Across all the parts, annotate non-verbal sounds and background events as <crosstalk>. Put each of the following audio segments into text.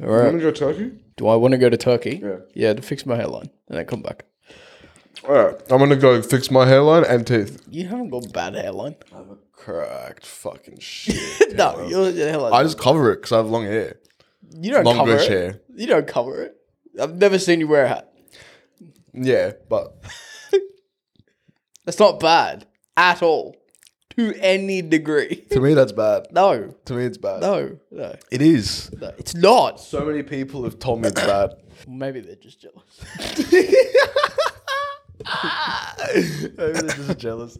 All You right. want to go to Turkey? Do I want to go to Turkey? Yeah. Yeah, to fix my hairline and then come back. All right, I'm gonna go fix my hairline and teeth. You haven't got bad hairline. I have a cracked <laughs> fucking shit. <laughs> no, your your hairline. I just cover it because I have long hair. you don't long cover bush it. hair. You don't cover it. I've never seen you wear a hat. Yeah, but That's not bad at all, to any degree. <laughs> to me that's bad. No, To me it's bad. no, no, It is. no. It's not. So many people have told me <coughs> it's bad. Maybe they're just jealous. Maybe they're just <laughs> jealous.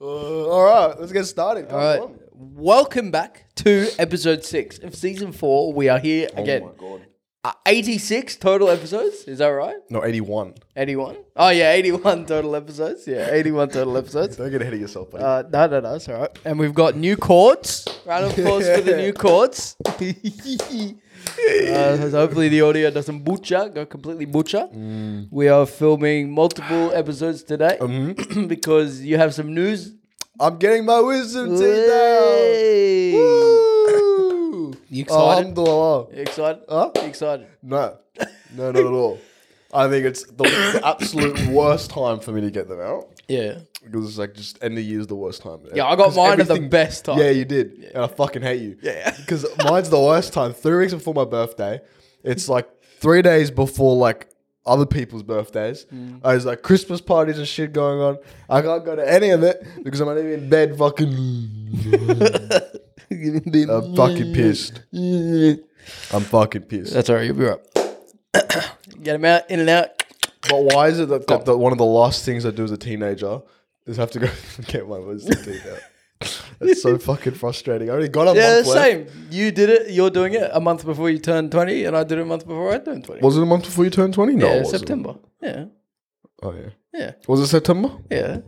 Uh, all right, let's get started. Come All right. on. Welcome back to episode six of season four. We are here again. Oh god. Uh, 86 total episodes. Is that right? No, 81. 81? Oh, yeah, 81 <laughs> total episodes. Yeah, 81 total episodes. Don't get ahead of yourself, buddy. Uh, no, no, no, it's all right. And we've got new chords. Round of applause for <laughs> the new chords. Uh, so hopefully the audio doesn't butcher, go completely butcher. We are filming multiple episodes today <clears throat> because you have some news. I'm getting my wisdom teeth out. Hey. <laughs> Woo! You excited? Alhamdulillah. You excited? Huh? You excited? No, no, not at all. I think it's the, the absolute worst time for me to get them out <laughs> Yeah. because it's like just end of year is the worst time. Yeah, I got 'Cause mine at the everything- best time. Yeah, you did, and I fucking hate you. Yeah. because mine's the worst time. Three weeks before my birthday, it's like three days before like other people's birthdays. Mm. I was like Christmas parties and shit going on. I can't go to any of it because I'm not even in bed. Fucking, Um. I'm fucking pissed. I'm fucking pissed. That's all right. You'll be right. <coughs> Get him out, in and out. But why is it that, that, that one of the last things I do as a teenager is have to go <laughs> get my <laughs> wisdom teeth out? That's so fucking frustrating. I already got a Yeah, month the left. same. You did it. You're doing it a month before you turned 20, and I did it a month before I turned 20. Was it a month before you turned 20? No, yeah, it wasn't. September. Yeah, Oh, yeah. yeah, Was it September? yeah.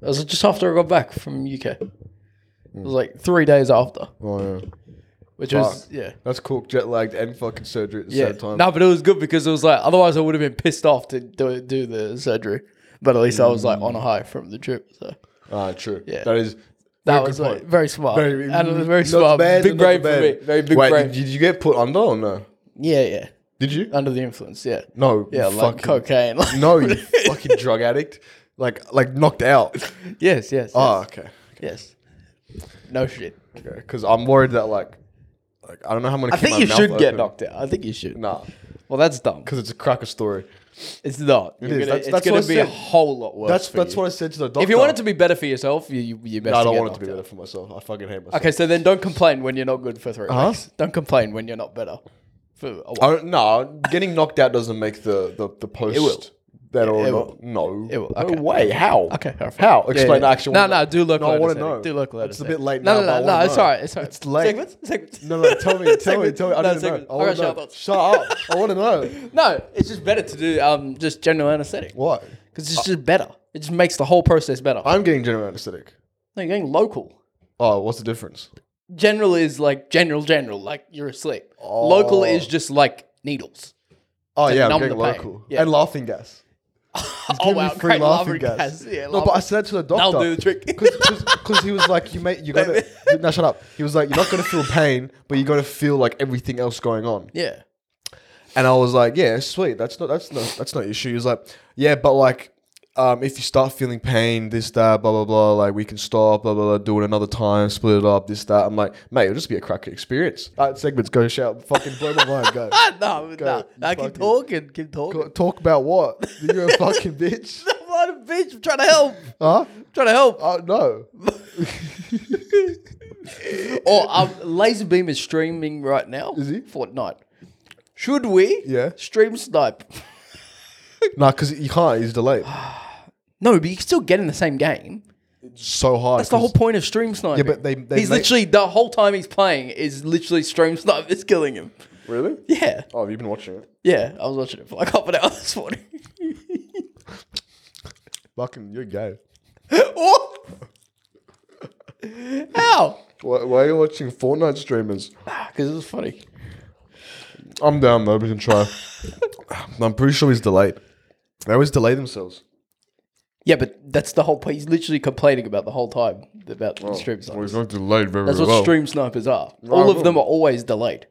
That was just after I got back from UK. It Mm. was like three days after, Oh, yeah. which was yeah, That's cool. Jet lagged and fucking surgery at the yeah. same time. No, but it was good because it was like otherwise I would have been pissed off to do, do the surgery. But at least I was like on Mm. a high from the trip, so Ah, true. Yeah. That is. that very was good like point. very smart Very- and it was very not smart. bad, big not brain for bad. me. Very big Wait, brain. Did you get put under or no? yeah, yeah. Did you? Under the influence. Yeah, no. yeah. you Like fucking, cocaine. <laughs> Like, No, you fucking drug addict. Like, like knocked <laughs> out. Yes, yes. Oh, okay. Yes. No shit. because I'm worried that like, like I don't know how many. I think you should get knocked out. I think you should. Nah, Well, that's dumb. because it's a cracker story. It's not. You're is. gonna- That's- it's that's going what I to be a said. whole lot worse. That's for that's you. what I said to the doctor. If you want it to be better for yourself, you you, you best. I don't get want it to be knocked better out. for myself. I fucking hate myself. Okay, so then don't complain when you're not good for 3 Uh-huh. Uh, weeks. Don't complain when you're not better. For a while. I don't, no, getting knocked out doesn't make the the, the post. will. Better or it not? No. It will. No Okay. way. How? Okay, all right. How? Yeah, Explain. yeah. I actually No, wanna no, do local. No, I want to anesthetic. know. Do local. It's a anesthetic. bit late No, now. no, but no, I no. wanna It's know. all right. It's all right. It's late. Segments. Segments. No, no. Tell <laughs> me. Tell me. Segments. Tell me. I No, don't know. segments. I I want got to know. shout-outs. Shut up. I want to <laughs> know. No, it's just better to do um just general anesthetic What? because Uh, it's just better. It just makes the whole process better. I'm getting general anesthetic. No, you're going local. Oh, what's the difference? General is like general, general, like you're asleep. Local is just like needles. Oh yeah, I'm numb getting the pain. local Yeah. and laughing <laughs> gas. He's oh giving wow, me free great laughing laughing gas. gas. Yeah, no, but I said that to the doctor. I'll do the trick. <laughs> Because he was like, you mate, you got <laughs> to. No, shut up. He was like, you're not going to feel pain, but you're going to feel like everything else going on. <laughs> yeah, And I was like, yeah, sweet. That's not that's not that's not an issue. He was like, yeah, but like, um, if you start feeling pain, this that, blah blah blah, like we can stop, blah blah blah, do it another time, split it up, this that. I'm like, mate, it'll just be a cracker experience. That segment's go shout, fucking blow my mind, go. <laughs> ah, no, no, you no, keep fucking- talking, keep talking. <laughs> Go- Talk about what? You're <laughs> a fucking bitch, What a bitch! I'm trying to help. huh? trying <laughs> to help. Uh, no. Or um, Laserbeam is streaming right now. Oh, Is he? Fortnite? Should we? Yeah. Stream snipe. <laughs> Nah, because you can't. He's delayed. No, but you can still get in the same game. It's so hard. That's the whole point of stream sniping. but they- they he's make- literally the whole time he's playing is literally stream snipe is killing him. Really? Yeah. Oh, have you been watching it? Yeah, I was watching it for like <laughs> half an hour this morning. Fucking, you're gay. <laughs> what? How? Why, why are you watching Fortnite streamers? Because it was funny. I'm down though. We can try. <sighs> I'm pretty sure he's delayed. They always delay themselves. Yeah, but that's the whole point. He's literally complaining about the whole time about the stream snipers. not delayed very That's what stream snipers are. I All of will. them are always delayed.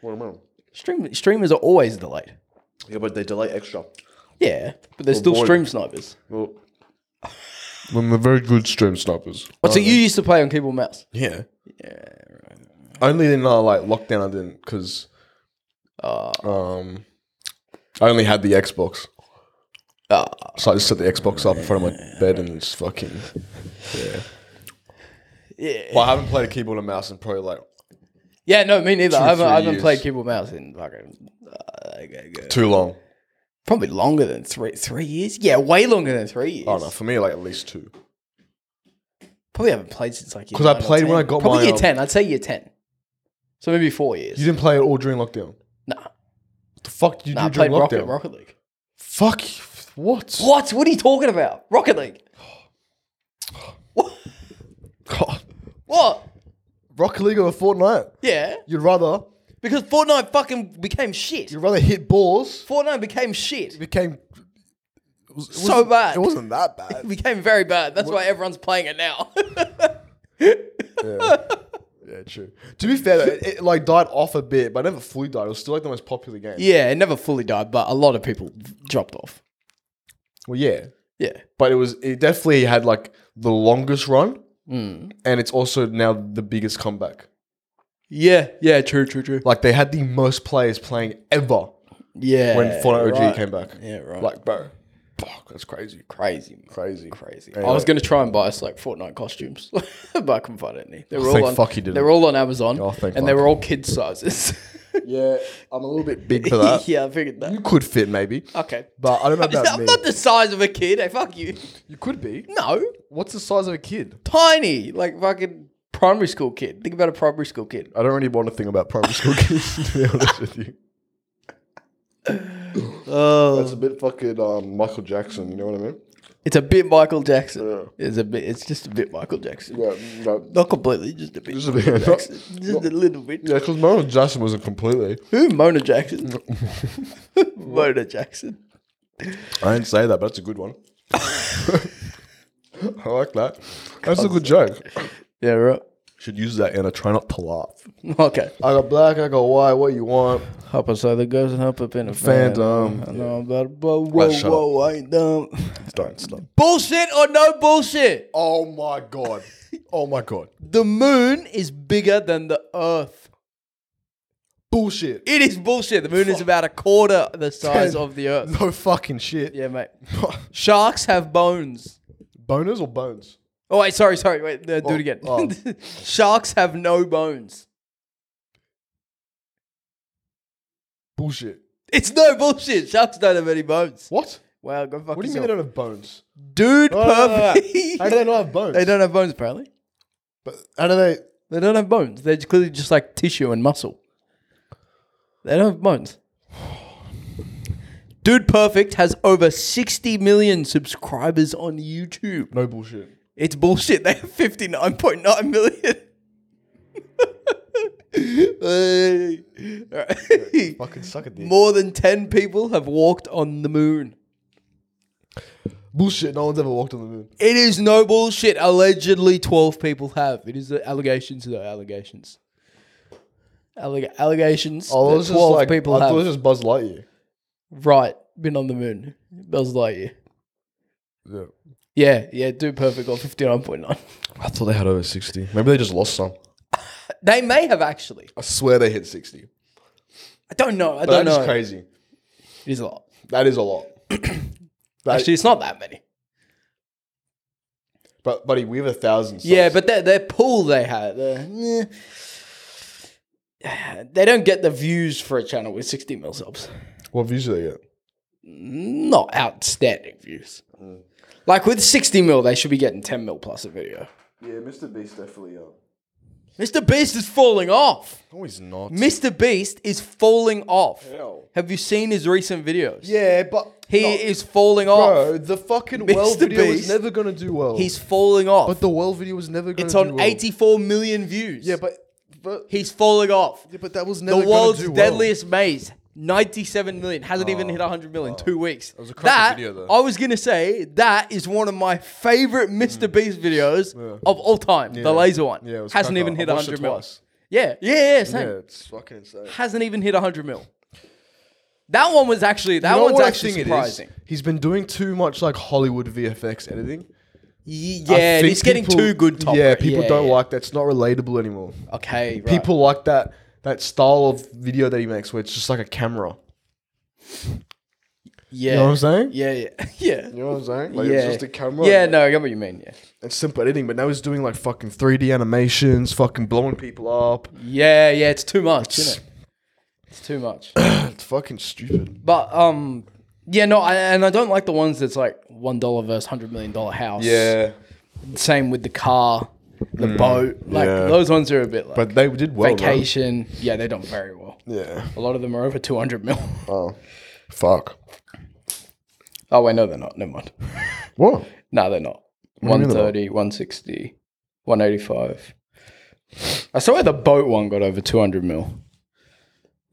What am I? Stream, streamers are always delayed. Yeah, but they delay extra. Yeah, but they're still boy. stream snipers. Well, <sighs> when they're very good stream snipers. What, so you used to play on keyboard and mouse? Yeah. Yeah. Only in uh, like lockdown, I didn't because um, I only had the Xbox. Uh, Ah. So I just set the Xbox up in front of my bed and it's fucking. Yeah. Yeah. Well, I haven't played a keyboard and mouse in probably like Yeah, no, me neither. I haven't, three I haven't played years. keyboard and mouse in fucking, uh, okay, good. too long. probably longer than three three years. Yeah, way longer than three years. I don't know. For me, like at least two. Probably haven't played since like year 'Cause I nine or played when 10. I got probably my, year um, ten. I'd say year ten, so maybe four years. You didn't play it all during lockdown. What nah, the fuck did you nah, I do during played Rocket lockdown? Rocket League. Fuck. What? What? What are you talking about? Rocket League. what? God. What? Rocket League or Fortnite? Yeah, You'd rather because Fortnite fucking became shit. you'd rather hit balls. Fortnite became shit. It became it was- it So wasn't- bad. It wasn't that It <laughs> bad. became very bad. That's why everyone's playing it now. <laughs> yeah, true. To be fair, though, it, it like died off a bit, but it never fully died. It was still like the most popular game. yeah, it never fully died, but a lot of people dropped off. Well, yeah, Yeah. but it was it definitely had like the longest run, Mm. and it's also now the biggest comeback. Yeah, yeah, true, true, true. Like they had the most players playing ever Yeah. when Fortnite OG right. came back. Yeah, right. Like, bro, fuck, that's crazy, crazy, man. crazy, crazy. Anyway. I was gonna try and buy us like Fortnite costumes, <laughs> but I couldn't find any. They were thank all on. fuck you didn't. They were all on Amazon, Oh, thank and they were all kid sizes. <laughs> Yeah, I'm a little bit <laughs> big for that. yeah, I figured that. You could fit maybe, Okay, but I don't <laughs> know about I'm me. not the size of a kid. Hey, fuck you. you could be. No, What's the size of a kid? tiny, like fucking primary school kid. Think about a primary school kid. I don't really want to think about primary school <laughs> kids, to be honest with you. <laughs> Oh, That's a bit fucking um, Michael Jackson, you know what I mean? it's a bit Michael Jackson. Yeah. It's a bit. It's just a bit Michael Jackson. Yeah, no. Not completely, just a bit. Just a bit. Jackson. Just a little bit. Yeah, because Michael Jackson wasn't completely. Who? Mona Jackson. <laughs> <laughs> Mona Jackson. I didn't say that, but that's a good one. <laughs> I like that. That's a good joke. Yeah, right. Should use that, and I try not to laugh. <laughs> Okay. I got black, I got white. What you want? Hop inside the ghost and hop up in the Phantom. I know I'm about to blow. Whoa, shut whoa, I ain't dumb. Don't stop. Bullshit or no bullshit? Oh my god. Oh my god. The moon is bigger than the earth. Bullshit. It is bullshit. The moon is about a quarter the size of the earth. No fucking shit. Yeah, mate. Sharks have bones. <laughs> Boners or bones? Oh, wait, sorry, sorry. Wait, no, do it again. Oh. <laughs> Sharks have no bones. Bullshit. It's no bullshit. Sharks don't have any bones. What? Wow, go fuck What do you mean yourself. they don't Ah, have bones? Dude, No, no, no, no. perfect. How do they not have bones? <laughs> they don't have bones, apparently. But how do they? They don't have bones. They're clearly just like tissue and muscle. They don't have bones. Dude Perfect has over 60 million subscribers on YouTube. No bullshit. It's bullshit. They have 59.9 <laughs> million. Hey. Fucking suck at this. <laughs> More than 10 people have walked on the moon. Bullshit. No one's ever walked on the moon. It is no bullshit. Allegedly, 12 people have. It is the allegations, though. Allegations. Alleg- allegations. Oh, it that was just 12 like people I have. thought it was just Buzz Lightyear. Right. Been on the moon. Buzz Lightyear. Yeah. Yeah, yeah. Do perfect on 59.9. I thought they had over sixty. Maybe they just lost some. They may have actually. I swear they hit sixty. I don't know. I But don't that is know. crazy. It is a lot. That is a lot. That- Actually, it's not that many. but buddy, we have a thousand. subs. Yeah, but their, their pool they had. the- eh. They don't get the views for a channel with 60 mil subs. what views do they get? not outstanding views. Like with 60 mil, they should be getting 10 mil plus a video. Yeah, Mr. Beast definitely. Uh, Mr. Beast is falling off. no, he's not. Mr. Beast is falling off. Hell. Have you seen his recent videos? Yeah, but He No, is falling off. bro, the fucking well Mr. video Beast. was never gonna do well. He's falling off. but the well video was never gonna. it's do on well. 84 million views. Yeah, but but he's falling off. yeah, but that was The never world's gonna do well. deadliest maze. 97 million hasn't even hit 100 million in two weeks. That was a cracking that video, though. Hmm. I was gonna say that is one of my favorite Mr. Beast videos of all time. The laser one Yeah, it was hasn't cracker. even I hit watched it 100 million. twice. Yeah, yeah, yeah, same. Yeah, it's fucking insane. Hasn't even hit 100 mil. That one was actually, that You know one's what I actually think it is? surprising. He's been doing too much like Hollywood VFX editing. Y- I Yeah, think he's getting people- too good top. Yeah, rate. people don't yeah. like that. It's not relatable anymore. Okay, right. People like that that style of video that he makes where it's just like a camera. yeah. You know what I'm saying? Yeah, yeah, <laughs> yeah. You know what I'm saying? Like yeah. it's just a camera. Yeah, like, no, I get what you mean. Yeah, It's simple editing, but now he's doing like fucking 3D animations, fucking blowing people up. yeah, yeah. It's too much. Isn't it? It's too much. <coughs> It's fucking stupid. But um, yeah, no, I, and I don't like the ones that's like one dollar versus hundred million dollar house. Same with the car, the boat. Like yeah. those ones are a bit like But they did well. right? vacation. Yeah, they don't very well. Yeah. A lot of them are over two hundred mil. <laughs> Oh. Fuck. Oh wait, no, they're not. Never mind. What? No, they're not. do you mean they're not? 130, 160, 185. I saw where the boat one got over 200 mil.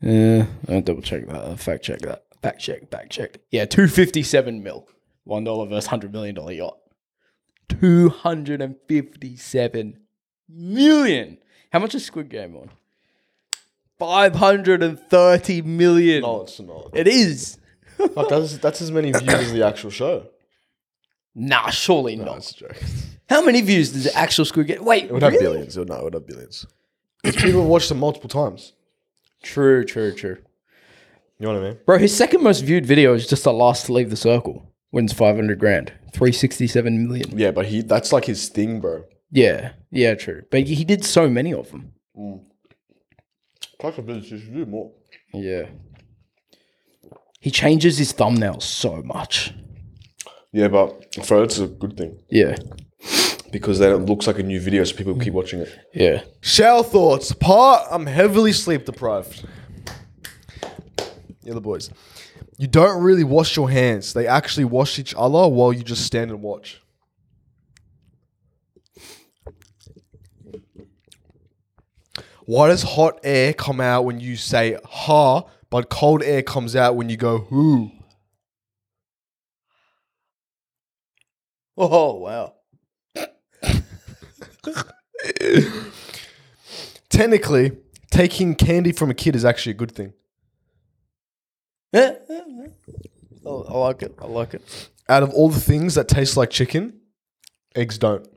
Yeah, I'll double check that. I'll fact check that. Fact check, fact check. Yeah, 257 mil. $1 versus $100 million yacht. 257 million. How much is Squid Game on? 530 million. Oh, it's not. It is. Like, that's, that's as many views as the actual show. Nah, surely not. That's a joke. How many views does the actual Squid Game? Wait, It would have really? billions. It would, no, it would have billions. 'Cause people have watched them multiple times. True, true, true. You know what I mean? Bro, his second most viewed video is just the last to leave the circle. Wins 500 grand. 367 million. Yeah, but he that's like his thing, bro. Yeah, yeah, true. But he did so many of them. Like a business, you should do more. Yeah. He changes his thumbnails so much. Yeah, but for it's a good thing Yeah, because then it looks like a new video, so people keep watching it. yeah. Shower thoughts. Part I'm heavily sleep deprived. The other boys. You don't really wash your hands. They actually wash each other while you just stand and watch. Why does hot air come out when you say ha, but cold air comes out when you go who? Oh, wow. <laughs> Technically, taking candy from a kid is actually a good thing. I Oh, I like it. I like it. Out of all the things that taste like chicken, eggs don't.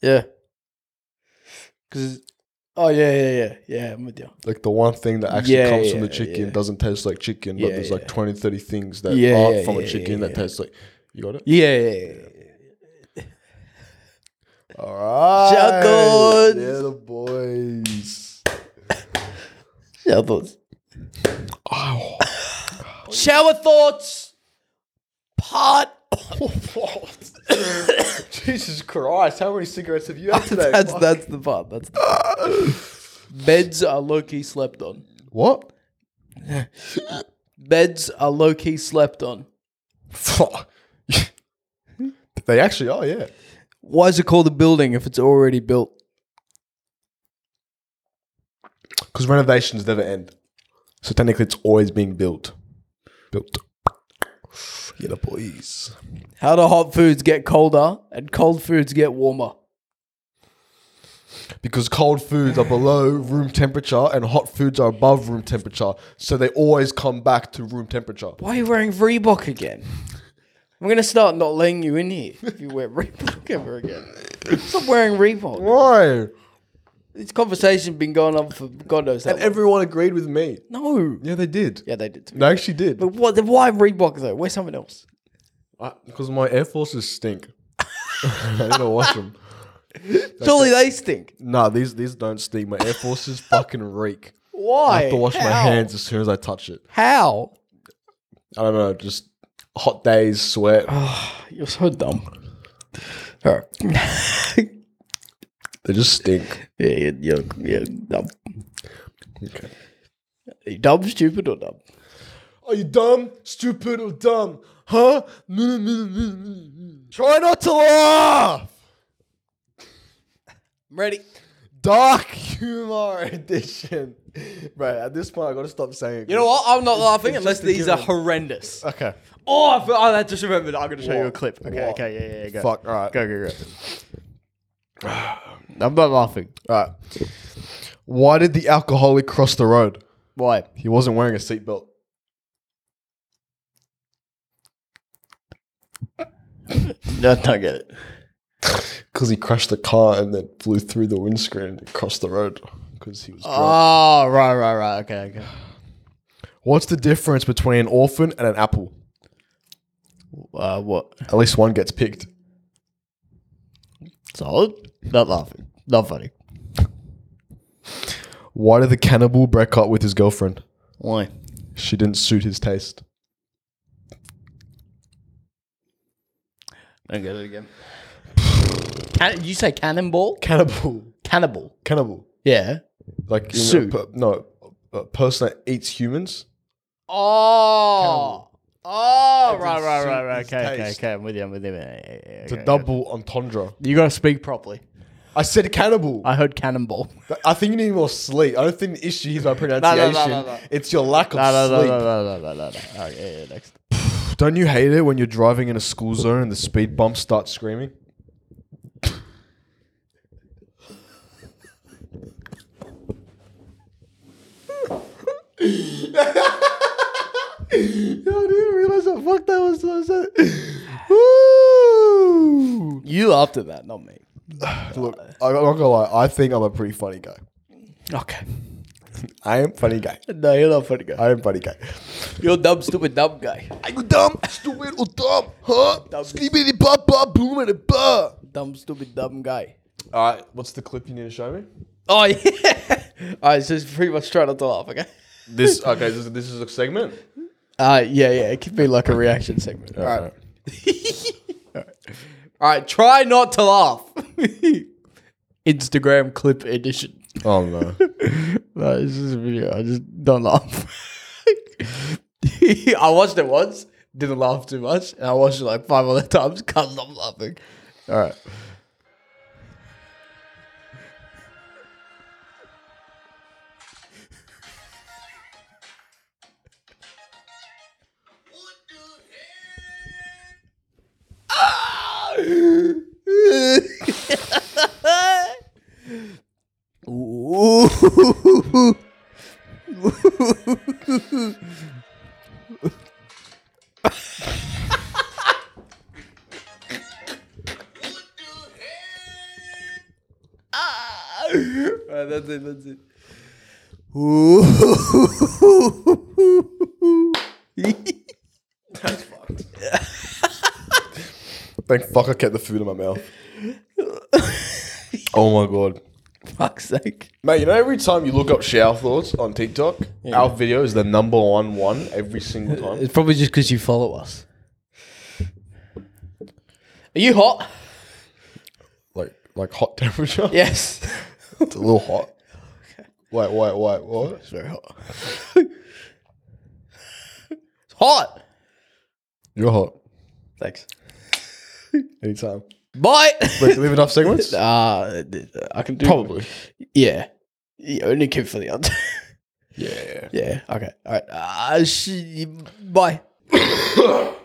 Yeah. Because, oh, yeah, yeah, yeah. Yeah, I'm with you. like the one thing that actually Yeah, comes from yeah, the chicken yeah. doesn't taste like chicken, but Yeah, there's yeah. like 20, 30 things that Yeah, aren't yeah, from yeah, a chicken yeah, that yeah. taste like. You got it? Yeah, yeah, yeah. yeah. All right. Chuckles. Yeah, the boys. Shower thoughts. <laughs> Shower thoughts. <coughs> Part. Jesus Christ. How many cigarettes have <laughs> you had today? that's Fuck. that's the part. That's the part. beds are low key slept on. What? <laughs> Beds are low key slept on. Fuck. they actually are, yeah. Why is it called a building if it's already built? Because renovations never end. So technically, it's always being built. Built. Yeah, the boys. How do hot foods get colder and cold foods get warmer? because cold foods are below room temperature and hot foods are above room temperature, so they always come back to room temperature. Why are you wearing Reebok again? I'm gonna start not letting you in here if you wear Reebok <laughs> ever again. Stop wearing Reebok. Why? This conversation been going on for God knows how And long. everyone agreed with me. no. Yeah, they did. Yeah, they did. To me. They actually did. But what? Then why Reebok though? Wear something else. I- Because my Air Forces stink. <laughs> I don't watch them. Surely they stink. Nah, these these don't stink. My Air <laughs> Forces fucking reek. Why? I have to wash my How? hands as soon as I touch it. How? I don't know, just hot days, sweat. <sighs> You're so dumb. All right. They just stink. yeah, you're, you're, you're dumb. Okay. Are you dumb, stupid, or dumb? Are you dumb, stupid, or dumb? Huh? Try not to laugh! I'm ready. Dark humor <laughs> edition. Right, at this point, I gotta stop saying it. You know what? I'm not laughing it's unless just a these are given. horrendous. Okay. Oh, I, feel, oh, I just remembered. I'm going to show you a What? clip. Okay, What? okay, yeah, yeah, yeah. <sighs> Go. Fuck, alright. Go, go, go. I'm not laughing. All right. Why did the alcoholic cross the road? Why? He wasn't wearing a seatbelt. No, I don't get it. Because he crashed the car and then flew through the windscreen and crossed the road because he was drunk. Ah, Oh, right, right, right. Okay, okay. What's the difference between an orphan and an apple? Uh, what? At least one gets picked. Solid? Not laughing. Not funny. Why did the cannibal break up with his girlfriend? Why? She didn't suit his taste. Don't get it again. Can- you say cannonball? Cannibal. Cannibal. Cannibal. Yeah. Like you know, Suit. per- no, a person that eats humans. Oh. Oh, right, right, suit right, right. his Okay, okay, taste. okay. I'm with you. I'm with you. Yeah, yeah, yeah, It's okay, a double entendre. okay. You got to speak properly. I said cannibal. I, I heard cannonball. <laughs> think you need more sleep. I don't think the issue is no, my no, pronunciation. no. It's your lack of No, Ah, no, no, sleep. no, no, no, no, no, no. Okay, yeah, next. Don't you hate it when you're driving in a school zone and the speed bumps start screaming? Yo, I didn't realize how fucked that was. So I <laughs> Woo! You laughed at that, not me. Look, I'm not gonna lie. I think I'm a pretty funny guy. Okay. I am funny guy. No, you're not funny guy. I am funny guy. You're dumb, stupid, dumb guy. Are you dumb, stupid, or dumb? Huh? Sleepy, blah, blah, blooming, blah. Dumb, stupid, dumb guy. All right, what's the clip you need to show me? <laughs> Oh yeah. I was just pretty much trying not to laugh. Okay. This <laughs> okay. This is, this is a segment. Uh, yeah, yeah. It could be like a reaction segment. All right. All right. Try not to laugh. <laughs> Instagram clip edition. Oh <laughs> no. No, this is a video. I just don't laugh. <laughs> I watched it once, didn't laugh too much, and I watched it like five other times, can't stop laughing. All right. Ah, Ooh. Right, that's it, that's it. <laughs> <laughs> Thank fuck I kept the food in my mouth. <laughs> oh my god, Fuck's sake. mate! You know every time you look up shower thoughts on TikTok, our video is the number one one every single <laughs> time. It's probably just because you follow us. Are you hot? Like like hot temperature. Yes. <laughs> it's a little <laughs> hot. Wait, wait, wait, what? It's very hot. <laughs> it's hot. You're hot. Thanks. Anytime. Bye. <laughs> Wait, do we have enough segments? uh, I can do. Probably. Yeah. You only came for the answer. Yeah. Ah, yeah. Okay. All right. Uh, sh- bye.